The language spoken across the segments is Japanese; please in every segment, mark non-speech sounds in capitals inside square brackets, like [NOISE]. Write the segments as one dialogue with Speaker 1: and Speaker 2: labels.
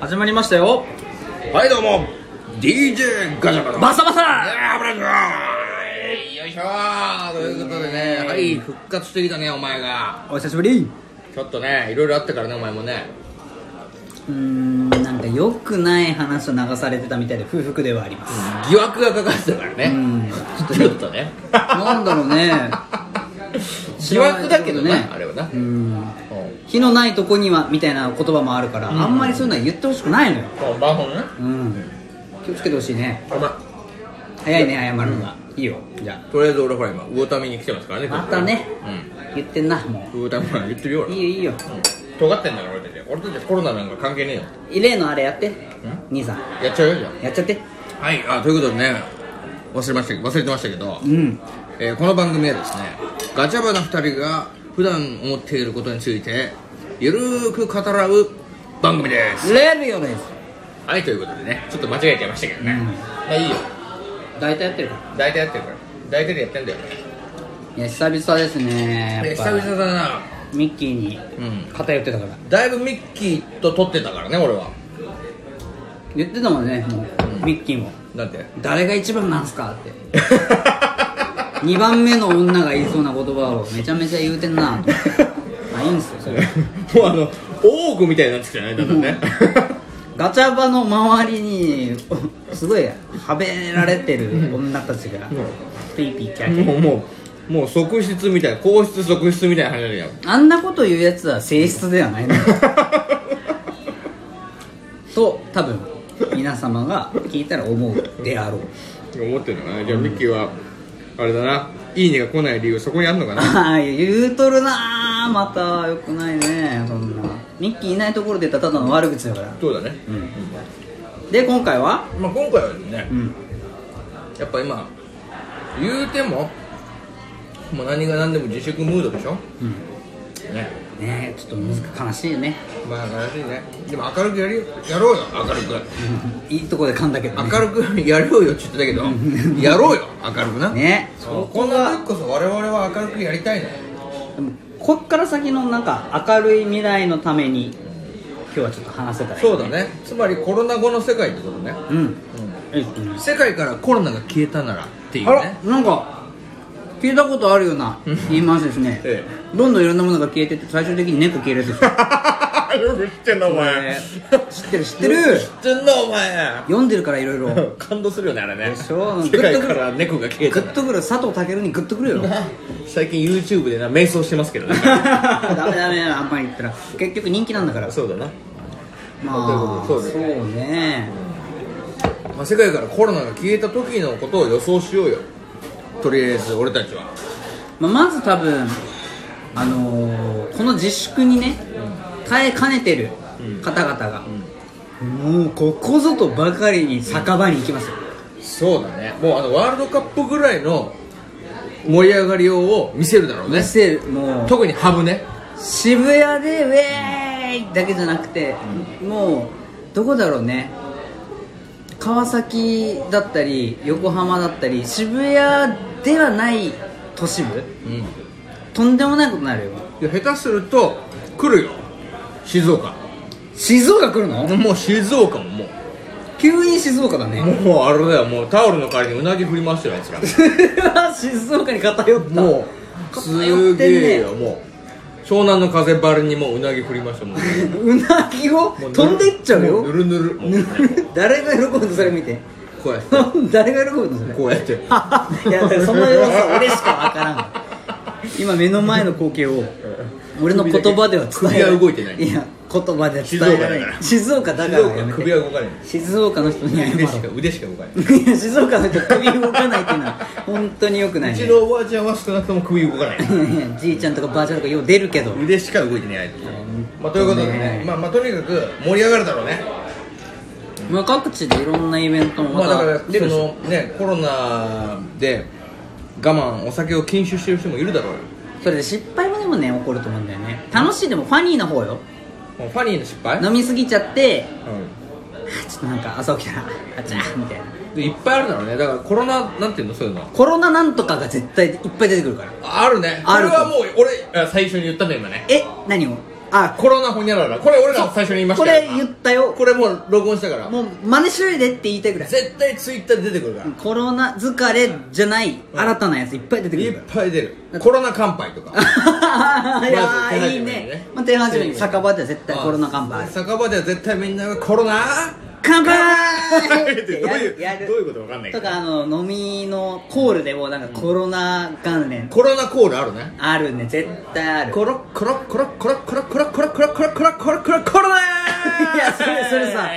Speaker 1: 始まりましたよ
Speaker 2: はいどうも DJ ガチャガチャ
Speaker 1: バサバサ
Speaker 2: あブラックよいしょーということでねやはり復活してきたねお前が
Speaker 1: お久しぶり
Speaker 2: ちょっとねいろいろあったからねお前もね
Speaker 1: うーんなんか良くない話を流されてたみたいで不服ではあります
Speaker 2: 疑惑がかかってたからね
Speaker 1: うん
Speaker 2: ちょっとね
Speaker 1: なんだろうね
Speaker 2: 疑惑だけどねあれはな
Speaker 1: うん火のないとこにはみたいな言葉もあるから、あんまりそういうのは言ってほしくないのよ
Speaker 2: あバーホンね
Speaker 1: うん気をつけてほしいね
Speaker 2: お前
Speaker 1: 早いね謝るのが、いいよじゃ
Speaker 2: とりあえず俺ほら今魚民に来てますからね
Speaker 1: あまたね
Speaker 2: うん
Speaker 1: 言ってんなも
Speaker 2: 魚民は言ってるよ
Speaker 1: う
Speaker 2: 俺
Speaker 1: い
Speaker 2: うん
Speaker 1: いよいいよ
Speaker 2: 尖ってんだから俺たち俺たちコロナなんか関係ねえよ
Speaker 1: 例のあれやって兄さん
Speaker 2: やっちゃうよじゃ
Speaker 1: やっちゃって
Speaker 2: あはいあということでね忘れました忘れてましたけど
Speaker 1: うん
Speaker 2: えーこの番組はですねガチャバな2人が普段思っていることについてゆるーく語らう番組です
Speaker 1: レルよね
Speaker 2: はいということでねちょっと間違えちゃいましたけどね、
Speaker 1: うん
Speaker 2: まあいいよ
Speaker 1: 大体やってるから
Speaker 2: 大体やってるから大体でやってんだよね
Speaker 1: いや久々ですねやっ
Speaker 2: 久
Speaker 1: ぱ
Speaker 2: 々だな
Speaker 1: ミッキーに
Speaker 2: うん
Speaker 1: 偏ってたから
Speaker 2: だいぶミッキーと撮ってたからね俺は
Speaker 1: 言ってたもんねもうミッキーも
Speaker 2: なん
Speaker 1: [LAUGHS]
Speaker 2: て
Speaker 1: 誰が一番なんすかって2番目の女が言いそうな言葉をめちゃめちゃ言うてんなと思ってまあいいんすよそれは
Speaker 2: もうあの大奥みたいになってきたねだからね
Speaker 1: ガチャバの周りにおすごいはべられてる女たちがピーピーキャーキャ
Speaker 2: もうもうもう側室みたいな皇室側室みたいな話 [LAUGHS] だよ
Speaker 1: ーあんなこと言うやつは性質ではないのと多分皆様が聞いたら思うであろう
Speaker 2: 思ってるのかなじゃあミッキーはあれだな「いいね」が来ない理由そこにあんのかな
Speaker 1: ああ言うとるなあまたよくないねそんなミッキーいないところで言ったらただの悪口だから
Speaker 2: そうだね、
Speaker 1: で今回は
Speaker 2: まあ、今回はね
Speaker 1: うん
Speaker 2: やっぱ今言うてももう何が何でも自粛ムードでしょ
Speaker 1: うん
Speaker 2: ね
Speaker 1: ねえちょっと難悲しいよね
Speaker 2: まあ悲しいねでも明るくやりやろうよ明るく
Speaker 1: いいとこで噛んだけどね
Speaker 2: 明 [LAUGHS] るくやろうよちょっとだけどやろうよ明るくな、
Speaker 1: ね
Speaker 2: そう
Speaker 1: そ
Speaker 2: こ
Speaker 1: こ
Speaker 2: んな
Speaker 1: が
Speaker 2: 時こそ我々は明るくやりたいのよ
Speaker 1: でもこっから先のなんか明るい未来のために今日はちょっと話せたらいい
Speaker 2: そうだねつまりコロナ後の世界ってことね、
Speaker 1: うん
Speaker 2: う
Speaker 1: いいっすね
Speaker 2: ん、世界からコロナが消えたならっていう
Speaker 1: あら
Speaker 2: ね
Speaker 1: なんか聞いたことあるような言い回しですね、
Speaker 2: え
Speaker 1: どんどんいろんなものが消えてって最終的に猫消えるでしょ
Speaker 2: [LAUGHS] よく知ってんなお
Speaker 1: えー知ってる知ってる
Speaker 2: 知ってんなお前
Speaker 1: 読んでるからいろいろ
Speaker 2: [LAUGHS] 感動するよねあれね
Speaker 1: でしょ
Speaker 2: 世界から猫が消え
Speaker 1: グ
Speaker 2: た
Speaker 1: ッとくる佐藤健にグッとくるよダ
Speaker 2: 最近 YouTube でな瞑想してますけど [LAUGHS] ね
Speaker 1: メダメあんまり言ったら結局人気なんだから
Speaker 2: そうだな、
Speaker 1: まあ
Speaker 2: そ
Speaker 1: そう
Speaker 2: いうこと
Speaker 1: う
Speaker 2: そうだ
Speaker 1: ね
Speaker 2: まあ、世界からコロナが消えた時のことを予想しようよとりあえず俺たちは
Speaker 1: まあまず多分あのーこの自粛にね耐えかねてる方々がもうここぞとばかりに酒場に行きますよ
Speaker 2: そうだねもうあのワールドカップぐらいの盛り上がりようを見せるだろうね
Speaker 1: 見せるもう
Speaker 2: 特にハブね
Speaker 1: 渋谷でウェーイだけじゃなくて、もうどこだろうね川崎だったり横浜だったり渋谷ではない都市部
Speaker 2: うんい
Speaker 1: とんでもないことになるよ
Speaker 2: や下手すると来るよ静岡
Speaker 1: 静岡来るの
Speaker 2: もう静岡ももう
Speaker 1: 急に静岡だ [LAUGHS] ね
Speaker 2: もうあれだよもうタオルの代わりにうなぎ振り回してるあいつら
Speaker 1: 静岡に偏った
Speaker 2: もう
Speaker 1: 偏
Speaker 2: す
Speaker 1: ってんね
Speaker 2: げえよもう湘南の風ばりにもううなぎ振りま
Speaker 1: [LAUGHS]
Speaker 2: したもん
Speaker 1: うなぎを飛んでいっちゃう
Speaker 2: もぬ
Speaker 1: よ
Speaker 2: るぬ
Speaker 1: [LAUGHS]
Speaker 2: るもう
Speaker 1: 誰が喜ぶのそれ見て
Speaker 2: こうやって
Speaker 1: [LAUGHS] 誰が喜ぶのそれ
Speaker 2: こうやって
Speaker 1: [LAUGHS] いやその様子は俺しかわからん今目の前の光景を俺の言葉では伝えられ
Speaker 2: 首が動いてない
Speaker 1: いや言葉では伝えられない静岡だ
Speaker 2: 静
Speaker 1: から
Speaker 2: 岡
Speaker 1: や
Speaker 2: は
Speaker 1: め
Speaker 2: 首
Speaker 1: て
Speaker 2: は動かない
Speaker 1: 静岡の人に謝
Speaker 2: 腕しか
Speaker 1: ろ
Speaker 2: 腕しか動かないう
Speaker 1: いや静岡の人首動かないっていうのは本当によくないうね
Speaker 2: ち
Speaker 1: い
Speaker 2: のおばあちゃんは少なくとも首動か
Speaker 1: [LAUGHS]
Speaker 2: ない
Speaker 1: やいやじいちゃんとかばあちゃんとかよう出るけど
Speaker 2: 腕しか動いてないあいつまあということでね
Speaker 1: ね
Speaker 2: まあまあとにかく盛り上がるだろうね
Speaker 1: まあ各地でいろんなイベントも
Speaker 2: ま
Speaker 1: ま
Speaker 2: あだ
Speaker 1: た
Speaker 2: からそ
Speaker 1: 出るし
Speaker 2: のねコロナで我慢お酒を禁酒してる人もいるだろうよ
Speaker 1: それで失敗もでもね起こると思うんだよね楽しいでもファニーな方よ
Speaker 2: もうファニーの失敗
Speaker 1: 飲みすぎちゃって
Speaker 2: うん
Speaker 1: あちょっとなんか朝起きたらあちゃーみたいな
Speaker 2: でいっぱいあるだろうねだからコロナなんていうのそういうの
Speaker 1: コロナなんとかが絶対いっぱい出てくるから
Speaker 2: あるね
Speaker 1: ある
Speaker 2: これはもう俺あ最初に言ったんだよ今ね
Speaker 1: え何をあ
Speaker 2: コロナホニャララこれ俺ら最初に言いました
Speaker 1: こ
Speaker 2: よ
Speaker 1: れ言ったよ
Speaker 2: これもう録音したから
Speaker 1: もう真似しないでって言いたいぐらい
Speaker 2: 絶対ツイッターで出てくるから、
Speaker 1: コロナ疲れじゃない新たなやついっぱい出てく
Speaker 2: い
Speaker 1: る
Speaker 2: っ
Speaker 1: から
Speaker 2: ぱい出るコロナ乾杯と [LAUGHS] か
Speaker 1: [LAUGHS] いやーいい
Speaker 2: まず手始めに
Speaker 1: ね
Speaker 2: ね
Speaker 1: まあ手始めに酒場では絶対コロナ乾杯ある
Speaker 2: 酒場では絶対みんながコロナ
Speaker 1: 乾杯
Speaker 2: [LAUGHS] ってどういうどういうことわかんないけ
Speaker 1: と
Speaker 2: ど
Speaker 1: かあの飲みのコールでもなんかコロナ関連
Speaker 2: コロナコールあるね
Speaker 1: あるね絶対ある
Speaker 2: コロコロコロコロコロコロコロコロコロコロコロコロコロナ
Speaker 1: いやそれそれさ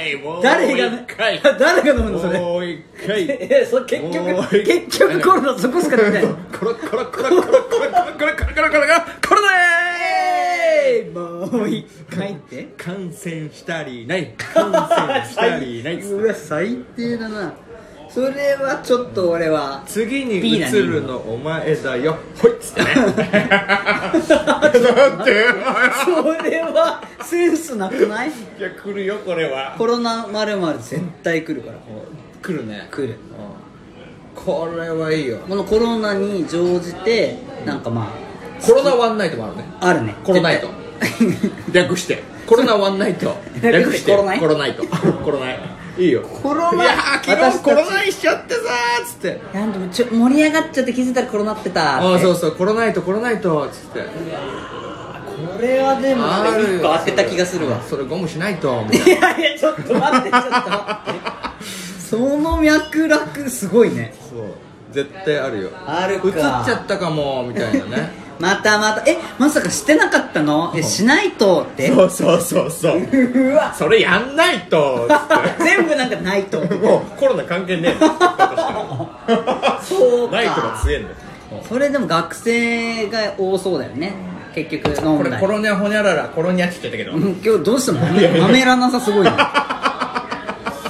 Speaker 1: 誰がね [LAUGHS] 誰が飲むのそれ
Speaker 2: もう一回
Speaker 1: いやそれ結
Speaker 2: もう
Speaker 1: 局
Speaker 2: 一回
Speaker 1: 結局コロナそこしか出てない
Speaker 2: コロコロコロコロコロコロコロコロコロコロコロナ
Speaker 1: [LAUGHS] えいもう一回って
Speaker 2: 感染したりない感染したりない
Speaker 1: うわ最低だなそれはちょっと俺は
Speaker 2: 次に映るのお前だよほいっつってねだって
Speaker 1: それはセンスなくない
Speaker 2: いや来るよこれは
Speaker 1: コロナまるまる絶対来るから
Speaker 2: 来るね
Speaker 1: 来る
Speaker 2: これはいいよ
Speaker 1: このコロナに乗じてなんかま
Speaker 2: コロナワンナイトもあるね
Speaker 1: ああるね
Speaker 2: コロナ
Speaker 1: [LAUGHS]
Speaker 2: イト
Speaker 1: 絶対
Speaker 2: 略してコロナワンナイ [LAUGHS] ト
Speaker 1: 略してコロナイ
Speaker 2: コロナイト [LAUGHS] コロナイトいいよ
Speaker 1: コロナ
Speaker 2: いやー昨
Speaker 1: 私た
Speaker 2: 日
Speaker 1: ち
Speaker 2: コロナイしちゃってさーつって
Speaker 1: なんでもちょ盛り上がっちゃって気づいたらコロナってた
Speaker 2: ああそううそうコロナイトコロナイトつって
Speaker 1: これはでも
Speaker 2: ある
Speaker 1: 一
Speaker 2: よ
Speaker 1: 個当てた気がするわ
Speaker 2: それゴムしないと思う
Speaker 1: いやいやちょっと待ってちょっと待ってその脈絡すごいね
Speaker 2: そう絶対あるよ
Speaker 1: あるか
Speaker 2: 映っちゃったかもみたいなね
Speaker 1: またまたえまさかしてなかったのえしないとって
Speaker 2: う [LAUGHS] そうそうそう
Speaker 1: [LAUGHS] うわ
Speaker 2: それやんないと
Speaker 1: [LAUGHS] 全部なんかないと
Speaker 2: もうコロナ関係ねえ
Speaker 1: そうか
Speaker 2: えんだよ
Speaker 1: それでも学生が多そうだよね結局飲
Speaker 2: こ
Speaker 1: ん
Speaker 2: れ
Speaker 1: だ
Speaker 2: コ
Speaker 1: り
Speaker 2: ロニャホニャララコロニャって言ってたけど
Speaker 1: うん今日どうしたのマメらなさすごいね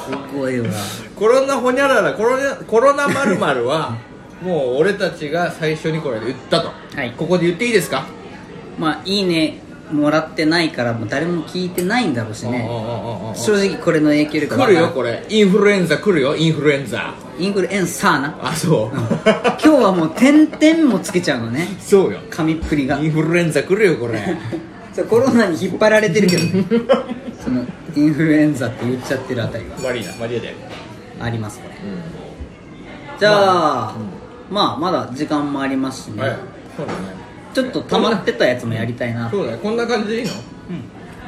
Speaker 1: すごいわ
Speaker 2: コロナホニャララコロニャコロナまるまるはもう俺たちが最初にこれで言ったと、
Speaker 1: はい
Speaker 2: ここで言っていいですか
Speaker 1: まあいいねもらってないからもう誰も聞いてないんだろうしね
Speaker 2: おうおうおうおう
Speaker 1: 正直これの影響力
Speaker 2: 来るよ
Speaker 1: わか
Speaker 2: これインフルエンザ来るよインフルエンザ
Speaker 1: らんインフルエンサーな [LAUGHS]
Speaker 2: あそう
Speaker 1: 今日はもう点々もつけちゃうのね
Speaker 2: そうよ
Speaker 1: 紙っぷりが
Speaker 2: インフルエンザ来るよこれ
Speaker 1: そうコロナに引っ張られてるけどねそのインフルエンザって言っちゃってるあたりは
Speaker 2: マリーナマリアだよ
Speaker 1: ありますこれじゃあまあまだ時間もありますしね、
Speaker 2: はいそうだね
Speaker 1: ちょっと溜まってたやつもやりたいな
Speaker 2: そうだねこんな感じでいいの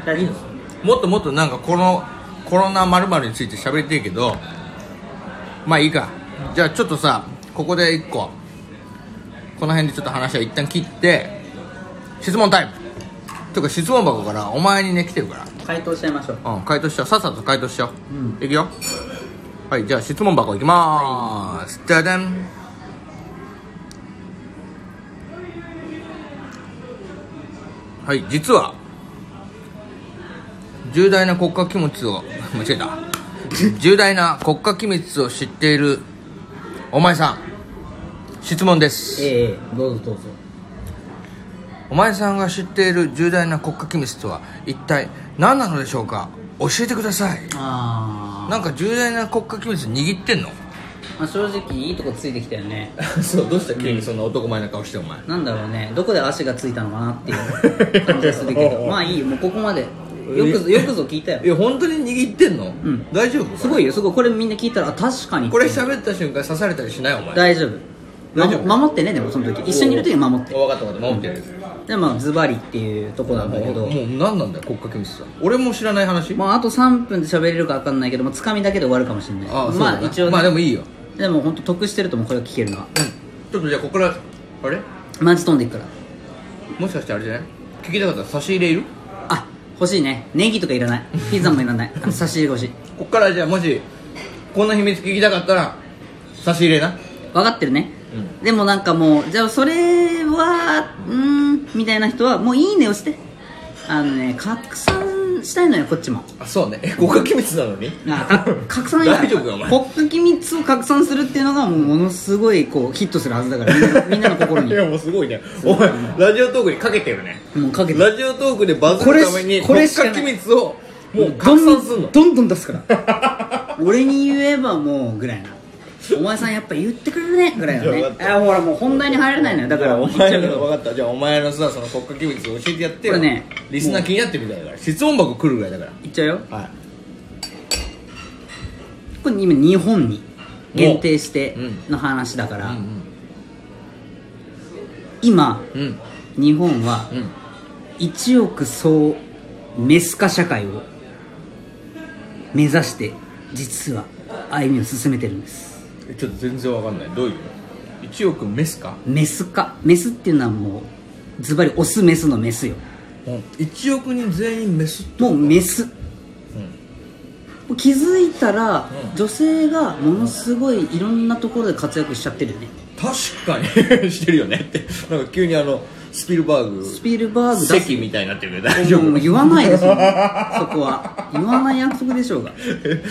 Speaker 1: 大丈夫
Speaker 2: もっともっとなんかこのコロナまるまるについて喋りていけどまあいいかじゃあちょっとさここで一個この辺でちょっと話は一旦切って質問タイムとか質問箱からお前にね来てるか
Speaker 1: 回答しちゃいましょう
Speaker 2: らうん回答しちゃうさっさと回答しちゃおう、いくよはいじゃあ質問箱いきまーす、じゃじゃんはい実は重大な国家機密を [LAUGHS] 間違えた重大な国家機密を知っているお前さん質問です
Speaker 1: ええどうぞどうぞ
Speaker 2: お前さんが知っている重大な国家機密とは一体何なのでしょうか教えてください
Speaker 1: あ
Speaker 2: なんか重大な国家機密握ってんの
Speaker 1: ー、まあ、正直いいとこついてきたよね
Speaker 2: [LAUGHS] そうどうした急にそんな男前な顔してお前
Speaker 1: なんだろうねどこで足がついたのかなっていう感じがする [LAUGHS] けどまあいいよもうここまでよくぞよくぞ聞いたよ
Speaker 2: いや本当に握ってんの、
Speaker 1: ん
Speaker 2: 大丈夫
Speaker 1: すごいよすごいこれみんな聞いたらあ確かに
Speaker 2: これ喋った瞬間刺されたりしないお前
Speaker 1: 大丈夫
Speaker 2: 大丈夫
Speaker 1: ま守ってねでもその時一緒にいる時に守って
Speaker 2: 分かった分かった守ってやる
Speaker 1: でまあズバリっていうとこなんだけど
Speaker 2: もう何なんだよ国家機密は俺も知らない話
Speaker 1: まああと3分で喋れるか分かんないけどもつかみだけで終わるかもしれない
Speaker 2: ああそうだ
Speaker 1: ま
Speaker 2: な
Speaker 1: あ一応ね
Speaker 2: まあでもいいよ、うん、
Speaker 1: でも本当得してると思うこれを聞けるのは
Speaker 2: ちょっとじゃあここからあれ
Speaker 1: マジ飛んでいくから
Speaker 2: もしかしてあれじゃない聞きたかったら差し入れいる
Speaker 1: あ欲しいねネギとかいらないピザもいらないあの差し入れが欲しい
Speaker 2: こっからじゃあもしこんな秘密聞きたかったら差し入れな
Speaker 1: 分かってるね、
Speaker 2: う
Speaker 1: でもなんかもうじゃあそれはうーんみたいな人はもういいねをしてあのね拡散したいのよこっ
Speaker 2: [LAUGHS]
Speaker 1: ちも
Speaker 2: あそうねえ国家機密なのに
Speaker 1: あ
Speaker 2: [LAUGHS]
Speaker 1: か拡散以外
Speaker 2: 大丈夫かお前
Speaker 1: 国家機密を拡散するっていうのがもうものすごいこうヒットするはずだからみんなみんなの心に
Speaker 2: [LAUGHS] いやもうすごいねお前ラジオトークにかけてるね
Speaker 1: もうかけて
Speaker 2: ラジオトークでバズるために
Speaker 1: これ
Speaker 2: 国
Speaker 1: しかな
Speaker 2: 家
Speaker 1: い
Speaker 2: 機密をもう
Speaker 1: ど
Speaker 2: 拡
Speaker 1: んど
Speaker 2: 散すん
Speaker 1: [LAUGHS]
Speaker 2: の
Speaker 1: んどんどん出すから俺に言えばもうぐらいなお前さんやっぱ言ってくれるねぐらいの
Speaker 2: いや
Speaker 1: ね
Speaker 2: 分かった
Speaker 1: あほらもう本題に入れないのよだから言
Speaker 2: お
Speaker 1: っちゃ
Speaker 2: 前
Speaker 1: うけ
Speaker 2: の
Speaker 1: ど
Speaker 2: 分かったじゃあお前のさその国家機密を教えてやってよ
Speaker 1: これね
Speaker 2: リスナー気になってみたいだから質問箱来るぐらいだか
Speaker 1: 言っちゃうよ
Speaker 2: らはい
Speaker 1: これ今日本に限定して
Speaker 2: う
Speaker 1: の話だから、
Speaker 2: うん
Speaker 1: 今
Speaker 2: うん
Speaker 1: 日本は
Speaker 2: うん
Speaker 1: 1億総メス化社会を目指して実は歩みを進めてるんです
Speaker 2: えちょっと全然わかんないどういう1億メスか
Speaker 1: メス化メスっていうのはもうズバリオスメスのメスよ
Speaker 2: 1億人全員メス
Speaker 1: もうメス、気づいたら、
Speaker 2: うん
Speaker 1: 女性がものすごいいろんなところで活躍しちゃってるよね
Speaker 2: 確かに [LAUGHS] してるよねってなんか急にあのスピルバーグ
Speaker 1: スピルバーグだ
Speaker 2: 席みたいになってるけど大丈
Speaker 1: も
Speaker 2: 夫
Speaker 1: う言わないですよそこは言わない約束でし
Speaker 2: [LAUGHS]
Speaker 1: ょうが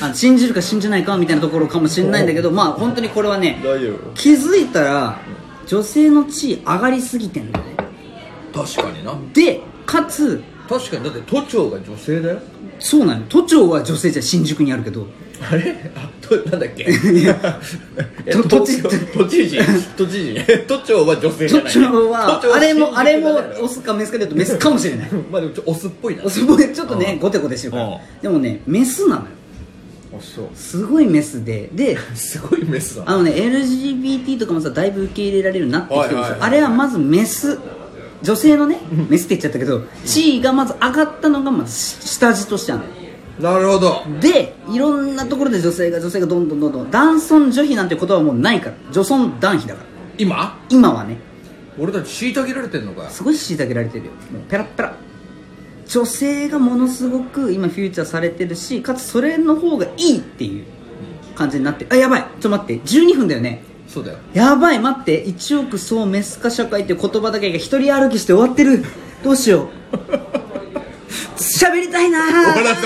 Speaker 1: あ信じるか信じないかみたいなところかもしれないんだけどまあ本当にこれはね
Speaker 2: 大丈
Speaker 1: 気づいたら女性の地位上がりすぎてんだよね
Speaker 2: 夫確かにな
Speaker 1: でかつ
Speaker 2: 確かにだって都庁が女性だよ
Speaker 1: そうなの都庁は女性じゃ新宿にあるけど
Speaker 2: あれあとなんだっけえ
Speaker 1: と
Speaker 2: 都
Speaker 1: 都
Speaker 2: 知
Speaker 1: 知
Speaker 2: 都知事都知事都庁は女性じゃ
Speaker 1: 都
Speaker 2: ない
Speaker 1: 庁は
Speaker 2: 都庁
Speaker 1: あれもあれも
Speaker 2: 新宿だね
Speaker 1: オスかメスかで言うとメスかもしれない
Speaker 2: まあでもちょオスっぽいな
Speaker 1: オスもねちょっと
Speaker 2: う
Speaker 1: ね
Speaker 2: ん
Speaker 1: ゴテゴテしてるか
Speaker 2: うん
Speaker 1: らでもねメスなのよ
Speaker 2: あそう
Speaker 1: すごいメスでです
Speaker 2: ごいメスだ
Speaker 1: あのね LGBT とかもさだいぶ受け入れられるようになってきてるでしょ、
Speaker 2: はいはいはい
Speaker 1: あれはまずメス女性のねメスって言っちゃったけど地位がまず上がったのがまず下地としてあるの
Speaker 2: なるほど
Speaker 1: でいろんなところで女性が女性がどんどんどんどん男尊女卑なんて言葉はもうないから女尊男卑だから
Speaker 2: 今
Speaker 1: 今はね
Speaker 2: 俺たち虐げられてんのかよ
Speaker 1: すごい虐げられてるよもうペラッペラ女性がものすごく今フューチャーされてるしかつそれの方がいいっていう感じになってあやばいちょっと待って12分だよね
Speaker 2: そうだよ
Speaker 1: やばい待って1億総メス化社会っていう言葉だけが一
Speaker 2: [LAUGHS]
Speaker 1: 人歩きして終わってるどうしよう喋りたいなー
Speaker 2: 終わらせ